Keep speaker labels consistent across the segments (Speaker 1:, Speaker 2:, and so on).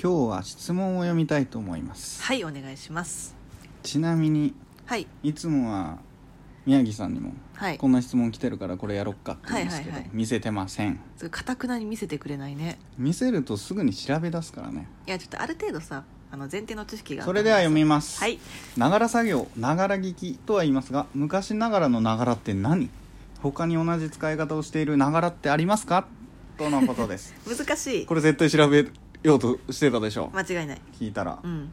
Speaker 1: 今日は質問を読みたいと思います
Speaker 2: はいお願いします
Speaker 1: ちなみに
Speaker 2: はい
Speaker 1: いつもは宮城さんにも、
Speaker 2: はい
Speaker 1: こんな質問来てるからこれやろっかって言うんですけど、
Speaker 2: はいはいはい
Speaker 1: 見せてません
Speaker 2: かたくなに見せてくれないね
Speaker 1: 見せるとすぐに調べ出すからね
Speaker 2: いやちょっとある程度さあの前提の知識が
Speaker 1: それでは読み
Speaker 2: ま
Speaker 1: ます
Speaker 2: はい
Speaker 1: ながら作業ながら聞きとは言いますが昔ながらのながらって何他に同じ使い方をしているながらってありますかとのこと です
Speaker 2: 難しい
Speaker 1: これ絶対調べようとしてたでしょ
Speaker 2: 間違いない
Speaker 1: 聞いたら
Speaker 2: うん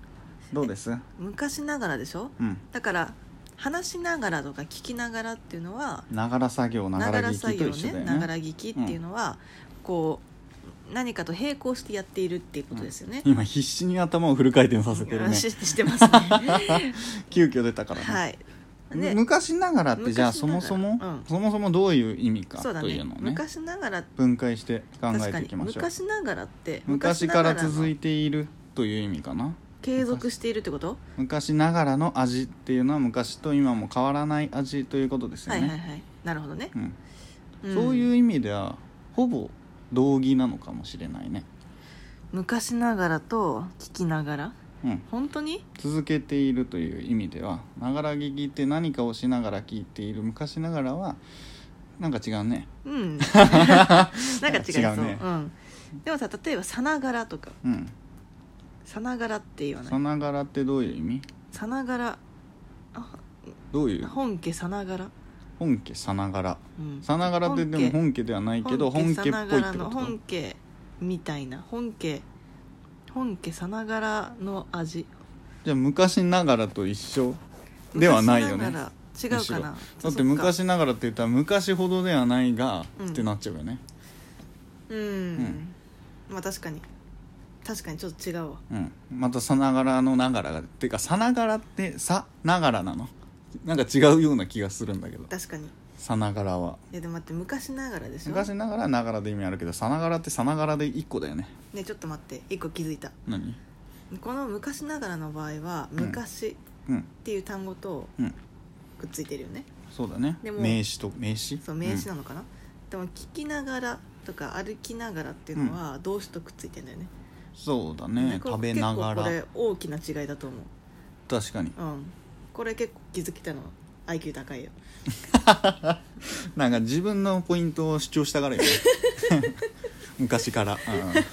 Speaker 1: どうです
Speaker 2: 昔ながらでしょ
Speaker 1: うん
Speaker 2: だから話しながらとか聞きながらっていうのは
Speaker 1: ながら作業な
Speaker 2: な
Speaker 1: が
Speaker 2: が
Speaker 1: ら聞
Speaker 2: ら作
Speaker 1: きと
Speaker 2: 業
Speaker 1: 一緒
Speaker 2: ね
Speaker 1: だよ
Speaker 2: ながら
Speaker 1: ね
Speaker 2: 聞きっていうのは、こう何かと並行してやっているっていうことですよね、
Speaker 1: 今必死に頭をフル回転させてるね
Speaker 2: ししてますね
Speaker 1: 急遽出たからね、
Speaker 2: はい
Speaker 1: む
Speaker 2: で
Speaker 1: 昔ながらってじゃあ
Speaker 2: 昔
Speaker 1: そ
Speaker 2: なが
Speaker 1: も
Speaker 2: ら
Speaker 1: そも、
Speaker 2: うん
Speaker 1: そもそもどういう意味か
Speaker 2: そうだ
Speaker 1: とい
Speaker 2: ね
Speaker 1: うのをね
Speaker 2: 昔ながら
Speaker 1: 分解して考え
Speaker 2: 確か
Speaker 1: てい
Speaker 2: に
Speaker 1: きましょう
Speaker 2: 昔ながらって
Speaker 1: 昔
Speaker 2: な
Speaker 1: か
Speaker 2: が
Speaker 1: ら
Speaker 2: の
Speaker 1: 続いているという意味かな
Speaker 2: 継続しているってこと、
Speaker 1: 昔ながらの味っていうのは昔と今も変わらない味ということですよ
Speaker 2: は
Speaker 1: ね、
Speaker 2: いはいはいなるほどね、
Speaker 1: うん
Speaker 2: ん
Speaker 1: そういう意味ではほぼ同義なのかもしれないね、
Speaker 2: 昔ながらと聞きながら
Speaker 1: うん、
Speaker 2: 本当に
Speaker 1: 続けているという意味ではながら聞きって何かをしながら聞いている昔ながらはなんか違うね
Speaker 2: う んなんか違いそ
Speaker 1: 違
Speaker 2: う
Speaker 1: うね
Speaker 2: ん、でもさ例えばさながらとか
Speaker 1: うん
Speaker 2: さながらって言わな
Speaker 1: さ
Speaker 2: い
Speaker 1: ながらってどういう意味
Speaker 2: さながらあ
Speaker 1: どういう
Speaker 2: 本家さながら、
Speaker 1: 本家さながら
Speaker 2: うん、
Speaker 1: さながらってでも本家ではないけど本家
Speaker 2: さ
Speaker 1: っ
Speaker 2: な
Speaker 1: ぽ
Speaker 2: が
Speaker 1: いっ
Speaker 2: ら
Speaker 1: てこ
Speaker 2: の
Speaker 1: と
Speaker 2: 本家みたいな本家本家さながらの味
Speaker 1: じゃあ昔ながらと一緒ではないよ
Speaker 2: 昔
Speaker 1: ね
Speaker 2: ながら違うかな
Speaker 1: だって
Speaker 2: そ
Speaker 1: 昔ながらって言ったら昔ほどではないが、
Speaker 2: うん
Speaker 1: ってなっちゃうよね
Speaker 2: っかうん、
Speaker 1: ん
Speaker 2: まあ確かに確かにちょっと違うわ
Speaker 1: うんまたさながらのながらがってかさながらってさながらなのなんか違うような気がするんだけど
Speaker 2: 確かにい
Speaker 1: さながらは
Speaker 2: やでも待って昔ながらでしょ
Speaker 1: 昔ながらはながらで意味あるけどさながらってさながらで一個だよね
Speaker 2: ねちょっと待って一個気づいた
Speaker 1: 何
Speaker 2: この昔ながらの場合は
Speaker 1: うん
Speaker 2: 昔っ
Speaker 1: うん
Speaker 2: ていう単語と
Speaker 1: うん
Speaker 2: くっついてるよね、
Speaker 1: そうだね
Speaker 2: でも
Speaker 1: 名詞と名詞
Speaker 2: そう名詞な
Speaker 1: の、
Speaker 2: のかな、でも聞きながらとか歩きながらっていうのは動詞とくっついてんだよね,
Speaker 1: うんそうだ
Speaker 2: で、
Speaker 1: ね
Speaker 2: これ
Speaker 1: 食べながら
Speaker 2: 結構これ大きな違いだと思
Speaker 1: 確かに
Speaker 2: ううんこれ結構気づけたの IQ 高いよ
Speaker 1: なんか自分のポイントを主張した からよね昔から、うん、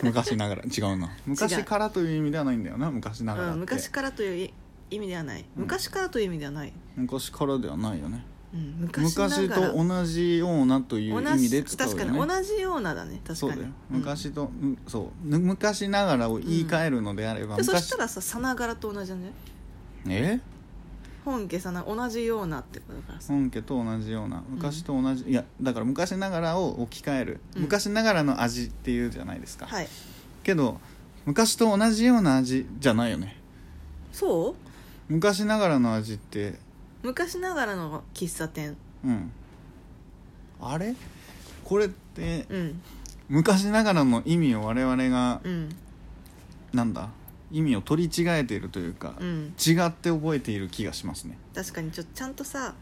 Speaker 1: 昔ながら違うな昔からという意味ではないんだよな昔ながらって、
Speaker 2: うん、昔からという意味ではない
Speaker 1: うん
Speaker 2: 昔からという意味ではない、
Speaker 1: 昔からではないよね
Speaker 2: うん、昔ながら
Speaker 1: 昔と同じようなという意味で使うよね
Speaker 2: 同じ確かに同じようなだね確
Speaker 1: そう
Speaker 2: か
Speaker 1: だ
Speaker 2: に
Speaker 1: よ
Speaker 2: うん
Speaker 1: 昔と、うんそうぬ昔ながらを言い換えるのであれば、
Speaker 2: でそ
Speaker 1: 昔
Speaker 2: したらささながらと同じじゃね
Speaker 1: え
Speaker 2: 本家さな同じようなってことだからさ
Speaker 1: 本家と同じような昔と同じ、いやだから昔ながらを置き換える、
Speaker 2: うん
Speaker 1: 昔ながらの味っていうじゃないですか、
Speaker 2: はい
Speaker 1: けど昔と同じような味じゃないよね
Speaker 2: そう
Speaker 1: 昔ながらの味って
Speaker 2: 昔ながらの喫茶店
Speaker 1: うんあれこれって
Speaker 2: うん
Speaker 1: 昔ながらの意味を我々が、
Speaker 2: うん
Speaker 1: なんだ意味を取り違えているというか、
Speaker 2: うん
Speaker 1: 違って覚えている気がしますね
Speaker 2: 確かにちょちゃんとさ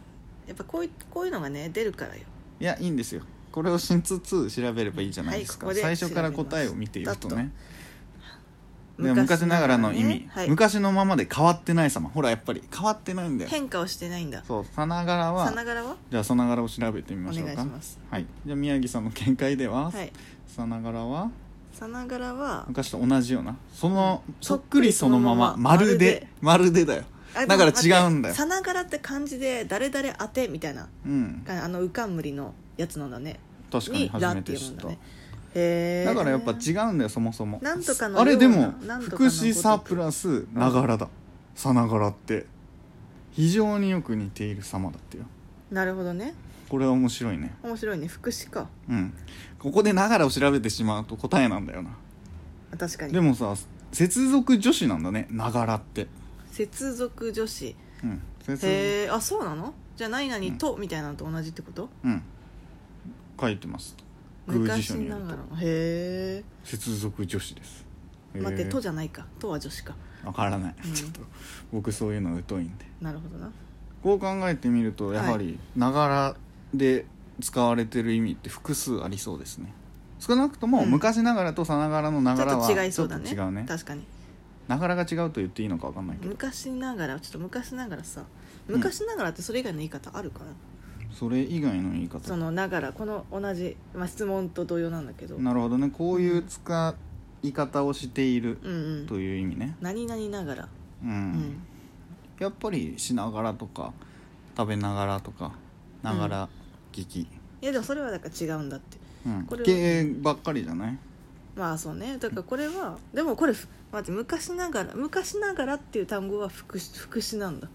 Speaker 2: やっぱこういこういうのがね出るからよ
Speaker 1: いやいいんですよこれをしつつ調べればいいじゃないですか、
Speaker 2: はいここで
Speaker 1: 最初から答えを見ていると
Speaker 2: 調べ
Speaker 1: ねで昔ながらの意味、
Speaker 2: ねはい、
Speaker 1: 昔のままで変わってない様ほらやっぱり変わってないんだよ
Speaker 2: 変化をしてないんだ
Speaker 1: そうさながらは
Speaker 2: さながらは
Speaker 1: じゃあさながらを調べてみましょうか
Speaker 2: お願いします
Speaker 1: はい、じゃあ宮城さんの見解では、
Speaker 2: はい
Speaker 1: さながらは
Speaker 2: さながらは
Speaker 1: 昔と同じようなその
Speaker 2: うん
Speaker 1: そっくりそのまま
Speaker 2: そっくりその
Speaker 1: ま
Speaker 2: まま
Speaker 1: るでまるでだよ
Speaker 2: あ
Speaker 1: だから
Speaker 2: でも
Speaker 1: 違うんだよ
Speaker 2: 待ってさながらって漢字で誰々当てみたいな
Speaker 1: うん
Speaker 2: あのうかんむりのやつなんだね
Speaker 1: 確かに初
Speaker 2: ラ
Speaker 1: め
Speaker 2: って
Speaker 1: て
Speaker 2: 読
Speaker 1: 知
Speaker 2: む
Speaker 1: っ
Speaker 2: ん
Speaker 1: た
Speaker 2: だねへえ
Speaker 1: だからやっぱ違うんだよそもそも
Speaker 2: なんとかのような
Speaker 1: あれでも
Speaker 2: なんとかのごとく
Speaker 1: 福祉さプラスながらださながらって非常によく似ている様だってよ
Speaker 2: なるほどね
Speaker 1: これは面白いね
Speaker 2: 面白いね福祉か
Speaker 1: うんここでながらを調べてしまうと答えなんだよな
Speaker 2: あ確かに
Speaker 1: でもさ接続女子なんだねながらって
Speaker 2: 接続女子
Speaker 1: うん接続
Speaker 2: へえあそうなのじゃあ何々と、みたいなのと同じってこと
Speaker 1: うん書いてます偶辞書
Speaker 2: 昔
Speaker 1: によ
Speaker 2: な
Speaker 1: る
Speaker 2: が
Speaker 1: と
Speaker 2: らのへ
Speaker 1: 接続女子です
Speaker 2: え待って「と」
Speaker 1: と
Speaker 2: じゃないか「と」は女子か
Speaker 1: わからない、
Speaker 2: うん
Speaker 1: ちょっと僕そういうの疎いんで
Speaker 2: なるほどな
Speaker 1: こう考えてみるとやはりながらで使われてる意味って複数ありそうですね少なくとも
Speaker 2: うん
Speaker 1: 昔ながらとさながらのな
Speaker 2: ち
Speaker 1: がら
Speaker 2: ょっ
Speaker 1: は
Speaker 2: と違いそうだね
Speaker 1: ちょっと違うね
Speaker 2: 確かに
Speaker 1: ながらが違うと言っていいのか分かんないけど
Speaker 2: 昔ながらちょっと昔ながらさ
Speaker 1: うん
Speaker 2: 昔ながらってそれ以外の言い方あるかな、
Speaker 1: それ以外の言い
Speaker 2: そ
Speaker 1: 方
Speaker 2: のながらこの同じ、まあ、質問と同様なんだけどうん
Speaker 1: なるほどねこういう使い方をしている
Speaker 2: うん
Speaker 1: という意味ね
Speaker 2: 何々ながら
Speaker 1: うん、
Speaker 2: うん
Speaker 1: やっぱりしながらとか食べながらとかながら聞き、
Speaker 2: いやでもそれはだから違うんだって
Speaker 1: うん
Speaker 2: これは
Speaker 1: 系ばっかりじゃない
Speaker 2: まあそうねだからこれはでもこれふ待って昔ながら昔ながらっていう単語は副詞副詞なんだ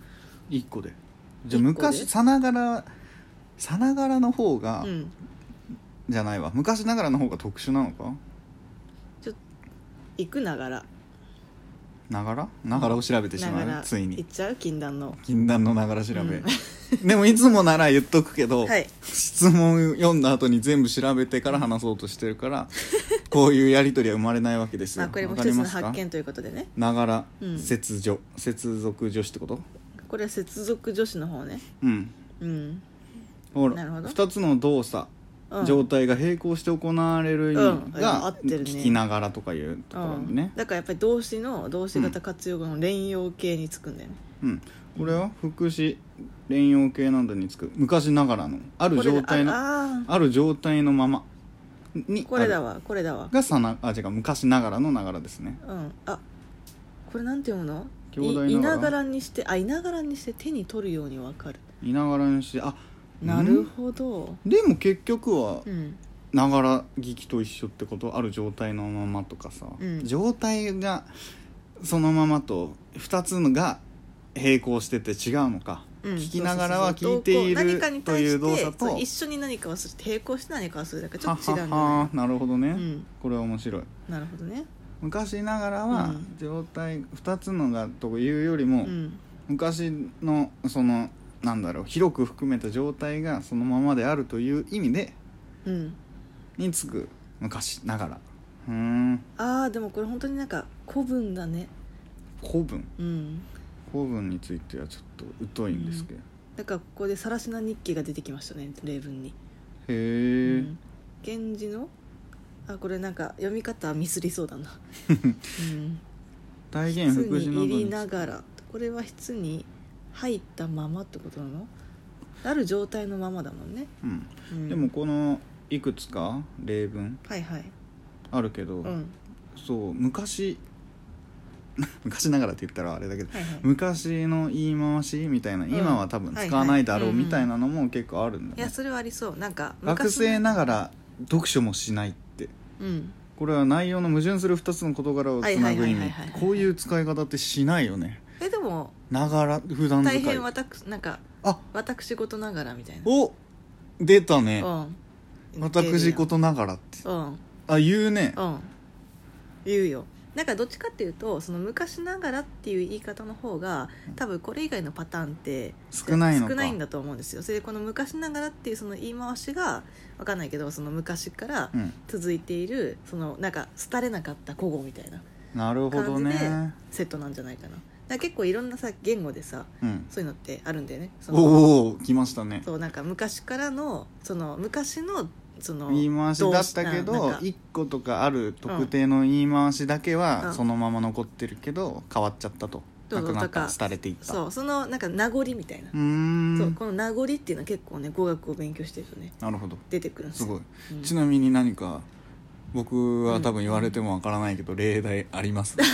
Speaker 1: 一個でじゃあ
Speaker 2: 一個で
Speaker 1: 昔さながらさながらの方が、
Speaker 2: うん
Speaker 1: じゃないわ昔ながらの方が特殊なのか
Speaker 2: 行くながら
Speaker 1: ながらながらを調べてしま
Speaker 2: なが
Speaker 1: う
Speaker 2: ら
Speaker 1: つい
Speaker 2: 行っ
Speaker 1: に
Speaker 2: ちゃう禁断の
Speaker 1: 禁断のながら調べ、
Speaker 2: うん
Speaker 1: でもいつもなら言っとくけど、
Speaker 2: はい
Speaker 1: 質問読んだ後に全部調べてから話そうとしてるから こういうやり取りは生まれないわけですよ
Speaker 2: まあこれも
Speaker 1: わか
Speaker 2: 一
Speaker 1: り
Speaker 2: つの
Speaker 1: ますか
Speaker 2: 発見ということでね
Speaker 1: ながら、
Speaker 2: うん
Speaker 1: 切除接続助詞ってこと
Speaker 2: これは接続女子の方ね
Speaker 1: うん
Speaker 2: うん、
Speaker 1: ほら
Speaker 2: なるほど
Speaker 1: 2つの動作、
Speaker 2: うん、
Speaker 1: 状態が並行して行われる意
Speaker 2: うん
Speaker 1: 味
Speaker 2: 合
Speaker 1: が、
Speaker 2: ってるね
Speaker 1: 聞きながらとかいうところにね
Speaker 2: うん、、だからやっぱり動詞の動詞型活用語の連用形につくんだよね、
Speaker 1: うん、これは副詞連用形などにつく昔ながらのある
Speaker 2: これ
Speaker 1: 状
Speaker 2: だ
Speaker 1: 態のあ
Speaker 2: あ
Speaker 1: る状態のままに
Speaker 2: あこれだ
Speaker 1: わ
Speaker 2: わこれだわ
Speaker 1: がさなあ違う昔ながらのながらですね
Speaker 2: うんあこれなんて読むの
Speaker 1: 兄弟
Speaker 2: いい
Speaker 1: ながら
Speaker 2: ながらにしてあいながらにして手に取るようにわかる
Speaker 1: いながらにしてあ
Speaker 2: なるほど
Speaker 1: でも結局は
Speaker 2: うん
Speaker 1: ながら聞きと一緒ってことある状態のままとかさ、
Speaker 2: うん
Speaker 1: 状態がそのままと2つのが並行してて違うのか、
Speaker 2: うん
Speaker 1: 聞きながらは
Speaker 2: そうそ
Speaker 1: 聞
Speaker 2: うそう
Speaker 1: いてい
Speaker 2: 同行何
Speaker 1: る
Speaker 2: かに
Speaker 1: と
Speaker 2: 対し
Speaker 1: いう
Speaker 2: て
Speaker 1: 動作と
Speaker 2: そう一緒に何かをする並行して何かをするだからちょっと違うんだ
Speaker 1: はは
Speaker 2: よ
Speaker 1: はなるほどね、
Speaker 2: ねうん
Speaker 1: これは面白い
Speaker 2: なるほどね
Speaker 1: 昔ながらは
Speaker 2: うん
Speaker 1: 状態2つのがというよりも、
Speaker 2: うん
Speaker 1: 昔のそのなんだろう広く含めた状態がそのままであるという意味で
Speaker 2: うん
Speaker 1: につく昔ながらうーん
Speaker 2: あーでもこれ本当になんか古文だね
Speaker 1: 古文
Speaker 2: うん
Speaker 1: 古文についてはちょっと疎いんですけど、
Speaker 2: だからここで「さらしな日記」が出てきましたね例文に
Speaker 1: へえ、
Speaker 2: うん源氏のあこれなんか読み方ミスりそう だな、うん、
Speaker 1: 大元
Speaker 2: 室
Speaker 1: 福祉
Speaker 2: に
Speaker 1: など
Speaker 2: 入り
Speaker 1: に
Speaker 2: ながらこれは室に入ったままってことなのある状態のままだもんね、
Speaker 1: うん
Speaker 2: うん、
Speaker 1: でもこのいくつか例文
Speaker 2: はいはい
Speaker 1: あるけど、
Speaker 2: うん
Speaker 1: そう昔 昔ながらって言ったらあれだけど
Speaker 2: はいはい
Speaker 1: 昔の言い回しみたいな、
Speaker 2: ん
Speaker 1: 今は多分使わないだろう
Speaker 2: はいはい
Speaker 1: みたいなのも結構あるん
Speaker 2: い
Speaker 1: だよ
Speaker 2: や
Speaker 1: ね、
Speaker 2: それはありそうなんか
Speaker 1: 学生
Speaker 2: の
Speaker 1: ながら読書もしないって
Speaker 2: うん
Speaker 1: これは内容の矛盾する2つの事柄をつなぐ意
Speaker 2: はいはいはい
Speaker 1: 味
Speaker 2: はいはい
Speaker 1: こういう使い方ってしないよね
Speaker 2: えでも
Speaker 1: ながら普段使
Speaker 2: 大
Speaker 1: い
Speaker 2: 変私なんか
Speaker 1: あ
Speaker 2: 私事ながらみたいな
Speaker 1: お出たね
Speaker 2: うん
Speaker 1: 私事ながらって
Speaker 2: うん
Speaker 1: あ言うね
Speaker 2: うん言うよなんかどっちかっていうとその昔ながらっていう言い方の方が多分これ以外のパターンって
Speaker 1: 少ないのか
Speaker 2: 少ないんだと思うんですよそれでこの昔ながらっていうその言い回しがわかんないけどその昔から
Speaker 1: うん
Speaker 2: 続いているそのなんか廃れなかった古語みたいな
Speaker 1: なるほど
Speaker 2: 感じで
Speaker 1: ね
Speaker 2: セットなんじゃないかなだから結構いろんなさ言語でさ
Speaker 1: うん
Speaker 2: そういうのってあるんだよねそ
Speaker 1: お
Speaker 2: の
Speaker 1: おお来ましたね
Speaker 2: そうなんか昔からのその昔のその
Speaker 1: 言い回しだったけ
Speaker 2: 動詞
Speaker 1: ど
Speaker 2: ななんか
Speaker 1: 1個とかある特定の言い回しだけ
Speaker 2: う
Speaker 1: は
Speaker 2: ん
Speaker 1: そのまま残ってるけど変わっちゃったと
Speaker 2: そう
Speaker 1: なくなっ
Speaker 2: だ
Speaker 1: た
Speaker 2: から
Speaker 1: 廃れていった
Speaker 2: そうそのなんか名残みたいな
Speaker 1: うー
Speaker 2: そう、
Speaker 1: ん
Speaker 2: この名残っていうのは結構ね語学を勉強してるとね
Speaker 1: なるほど
Speaker 2: 出てくるんです
Speaker 1: す
Speaker 2: よ
Speaker 1: ごい、
Speaker 2: うん
Speaker 1: ちなみに何か僕は多分言われてもわからないけど、例題あり ますね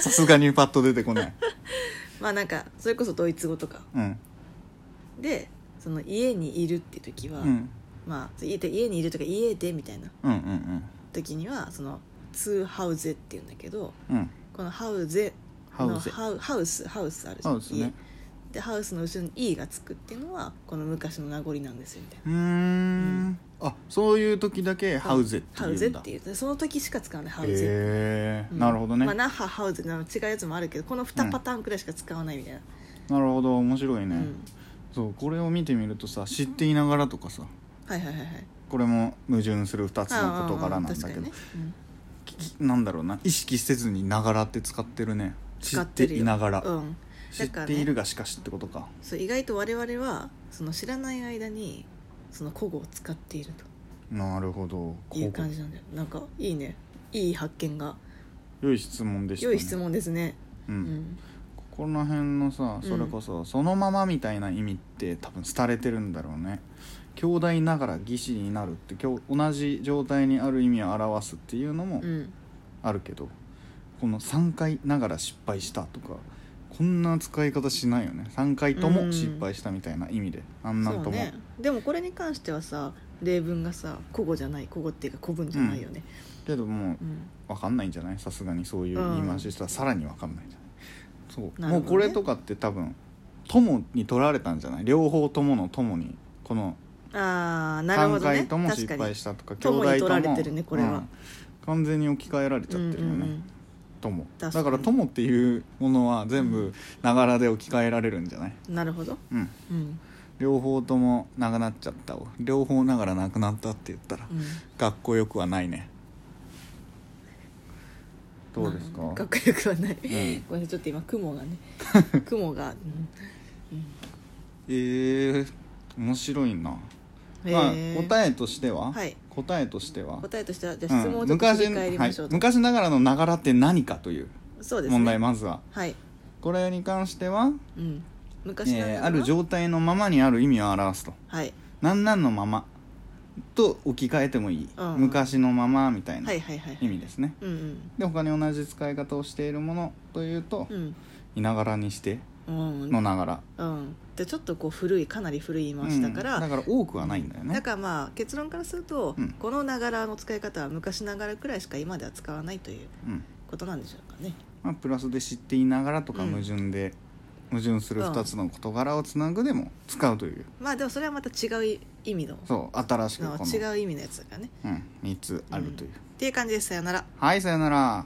Speaker 1: さすがにパッと出てこない
Speaker 2: まあなんかそれこそドイツ語とか
Speaker 1: うん
Speaker 2: でその家にいるっていう時は、
Speaker 1: うん
Speaker 2: まあ家で家にいるとか家でみたいな
Speaker 1: うんうん
Speaker 2: 時にはその「ツーハウゼ」っていうんだけど
Speaker 1: うんうん
Speaker 2: この「ハウゼ」
Speaker 1: ハ
Speaker 2: の
Speaker 1: ウゼ
Speaker 2: ハウハウスハウスあるじゃ
Speaker 1: ハ
Speaker 2: ん
Speaker 1: ウスね
Speaker 2: 家でハウスの後ろに「E」がつくっていうのはこの昔の名残なんですよみたいな
Speaker 1: うーんあそういう時だけ「ハウゼ」って
Speaker 2: ハ
Speaker 1: 言う
Speaker 2: ウ
Speaker 1: ん
Speaker 2: ゼ
Speaker 1: だ
Speaker 2: っていうでその時しか使わないハウゼ、
Speaker 1: へえ
Speaker 2: うん
Speaker 1: なるほどね、
Speaker 2: まあ、ナッハハウゼなの違うやつもあるけどこの
Speaker 1: う
Speaker 2: 2
Speaker 1: ん
Speaker 2: パターンくらいしか使わないみたいな、
Speaker 1: なるほど面白いうね、
Speaker 2: ん、
Speaker 1: そうこれを見てみるとさ知っていながらとかさ
Speaker 2: はいはいはいはい
Speaker 1: これも矛盾する2つの事柄なんだけど、
Speaker 2: うんうんうん確かにねうん
Speaker 1: ききなんだろうな意識せずに「ながら」って使ってるね知
Speaker 2: 使
Speaker 1: って
Speaker 2: るよ
Speaker 1: いながら、
Speaker 2: うん、
Speaker 1: 知っているがしかしってことか
Speaker 2: そう意外と我々はその知らない間にその古語を使っていると
Speaker 1: うなるほど
Speaker 2: いう感じなんだよなんかいいねいい発見が
Speaker 1: 良い質問でした、
Speaker 2: 良い質問ですね、
Speaker 1: う
Speaker 2: うんん、
Speaker 1: ここら辺のさそれこそそのままみたいな意味って多分廃れてるんだろうね兄弟ながら義士になるって今日同じ状態にある意味を表すっていうのも
Speaker 2: うん、
Speaker 1: あるけど、この3回ながら失敗したとかこんな使い方しないよね3回とも失敗したみたいな意味で、あんなん
Speaker 2: そう
Speaker 1: とも、
Speaker 2: ねでもこれに関してはさ例文がさ古語じゃない古語っていうか古文じゃないよね、
Speaker 1: けどもう
Speaker 2: うん
Speaker 1: 分かんないんじゃないさすがにそういう言い回ししたらさらに分かんないんじゃない、そう
Speaker 2: なる
Speaker 1: も
Speaker 2: ほどね
Speaker 1: うこれとかって多分友に取られたんじゃない両方ともの友にこの
Speaker 2: ああなるほ
Speaker 1: 3
Speaker 2: どね
Speaker 1: 回とも失
Speaker 2: 確か
Speaker 1: 敗
Speaker 2: に
Speaker 1: したとか兄
Speaker 2: 友に
Speaker 1: 弟とも
Speaker 2: 取られてるねこれは
Speaker 1: うん完全に置き換えられちゃってるよ
Speaker 2: うんうんう
Speaker 1: ね
Speaker 2: ん
Speaker 1: 友だ
Speaker 2: 確かに
Speaker 1: から友っていうものは全部ながらで置き換えられるんじゃない
Speaker 2: なるほど、
Speaker 1: うん
Speaker 2: うん
Speaker 1: 両方ともなくなっちゃったを両方ながらなくなったって言ったら
Speaker 2: うん、
Speaker 1: かっこよくはないねどうですか
Speaker 2: まあかっこよくはない、
Speaker 1: ん
Speaker 2: ごめんなさいちょっと今 雲がね雲が、
Speaker 1: えー、面白いな、
Speaker 2: うん
Speaker 1: まあ
Speaker 2: へー
Speaker 1: 答えとしては、
Speaker 2: はい
Speaker 1: 答えとしては、
Speaker 2: 答えとしてはじ
Speaker 1: う
Speaker 2: ゃあ質問を
Speaker 1: ん、
Speaker 2: ちょっと振
Speaker 1: 昔
Speaker 2: り返りましょ
Speaker 1: は
Speaker 2: う
Speaker 1: い
Speaker 2: と、
Speaker 1: 昔ながらのながらって何かという
Speaker 2: そうですね
Speaker 1: 問題まずは、
Speaker 2: はい、
Speaker 1: これに関しては、
Speaker 2: うん、昔ながら
Speaker 1: えー
Speaker 2: の
Speaker 1: ある状態のままにある意味を表すと
Speaker 2: はい、
Speaker 1: なんなんのままと置き換えてもいい、
Speaker 2: うん
Speaker 1: 昔のままみたいな
Speaker 2: はい
Speaker 1: 意
Speaker 2: はいはい
Speaker 1: 味ですね、
Speaker 2: うん
Speaker 1: で他に同じ使い方をしているものというと、
Speaker 2: うん
Speaker 1: いながらにして
Speaker 2: うんうん
Speaker 1: のながら、
Speaker 2: うんでちょっとこう古いかなり古い言い回しだから、
Speaker 1: うんだから多くはないんだよね、
Speaker 2: だからまあ結論からすると、
Speaker 1: うん
Speaker 2: このながらの使い方は昔ながらくらいしか今では使わないという
Speaker 1: うん
Speaker 2: ことなんでしょうかね。
Speaker 1: まあ、プラスで知っていながらとか
Speaker 2: うん
Speaker 1: 矛盾で、矛盾する
Speaker 2: うん
Speaker 1: 2つの事柄をつなぐでも使うという
Speaker 2: まあでもそれはまた違う意味の
Speaker 1: そう新しくこの
Speaker 2: の違う意味のやつがね。
Speaker 1: うん、3つあるという、
Speaker 2: っていう感じですさよなら。
Speaker 1: はいさよなら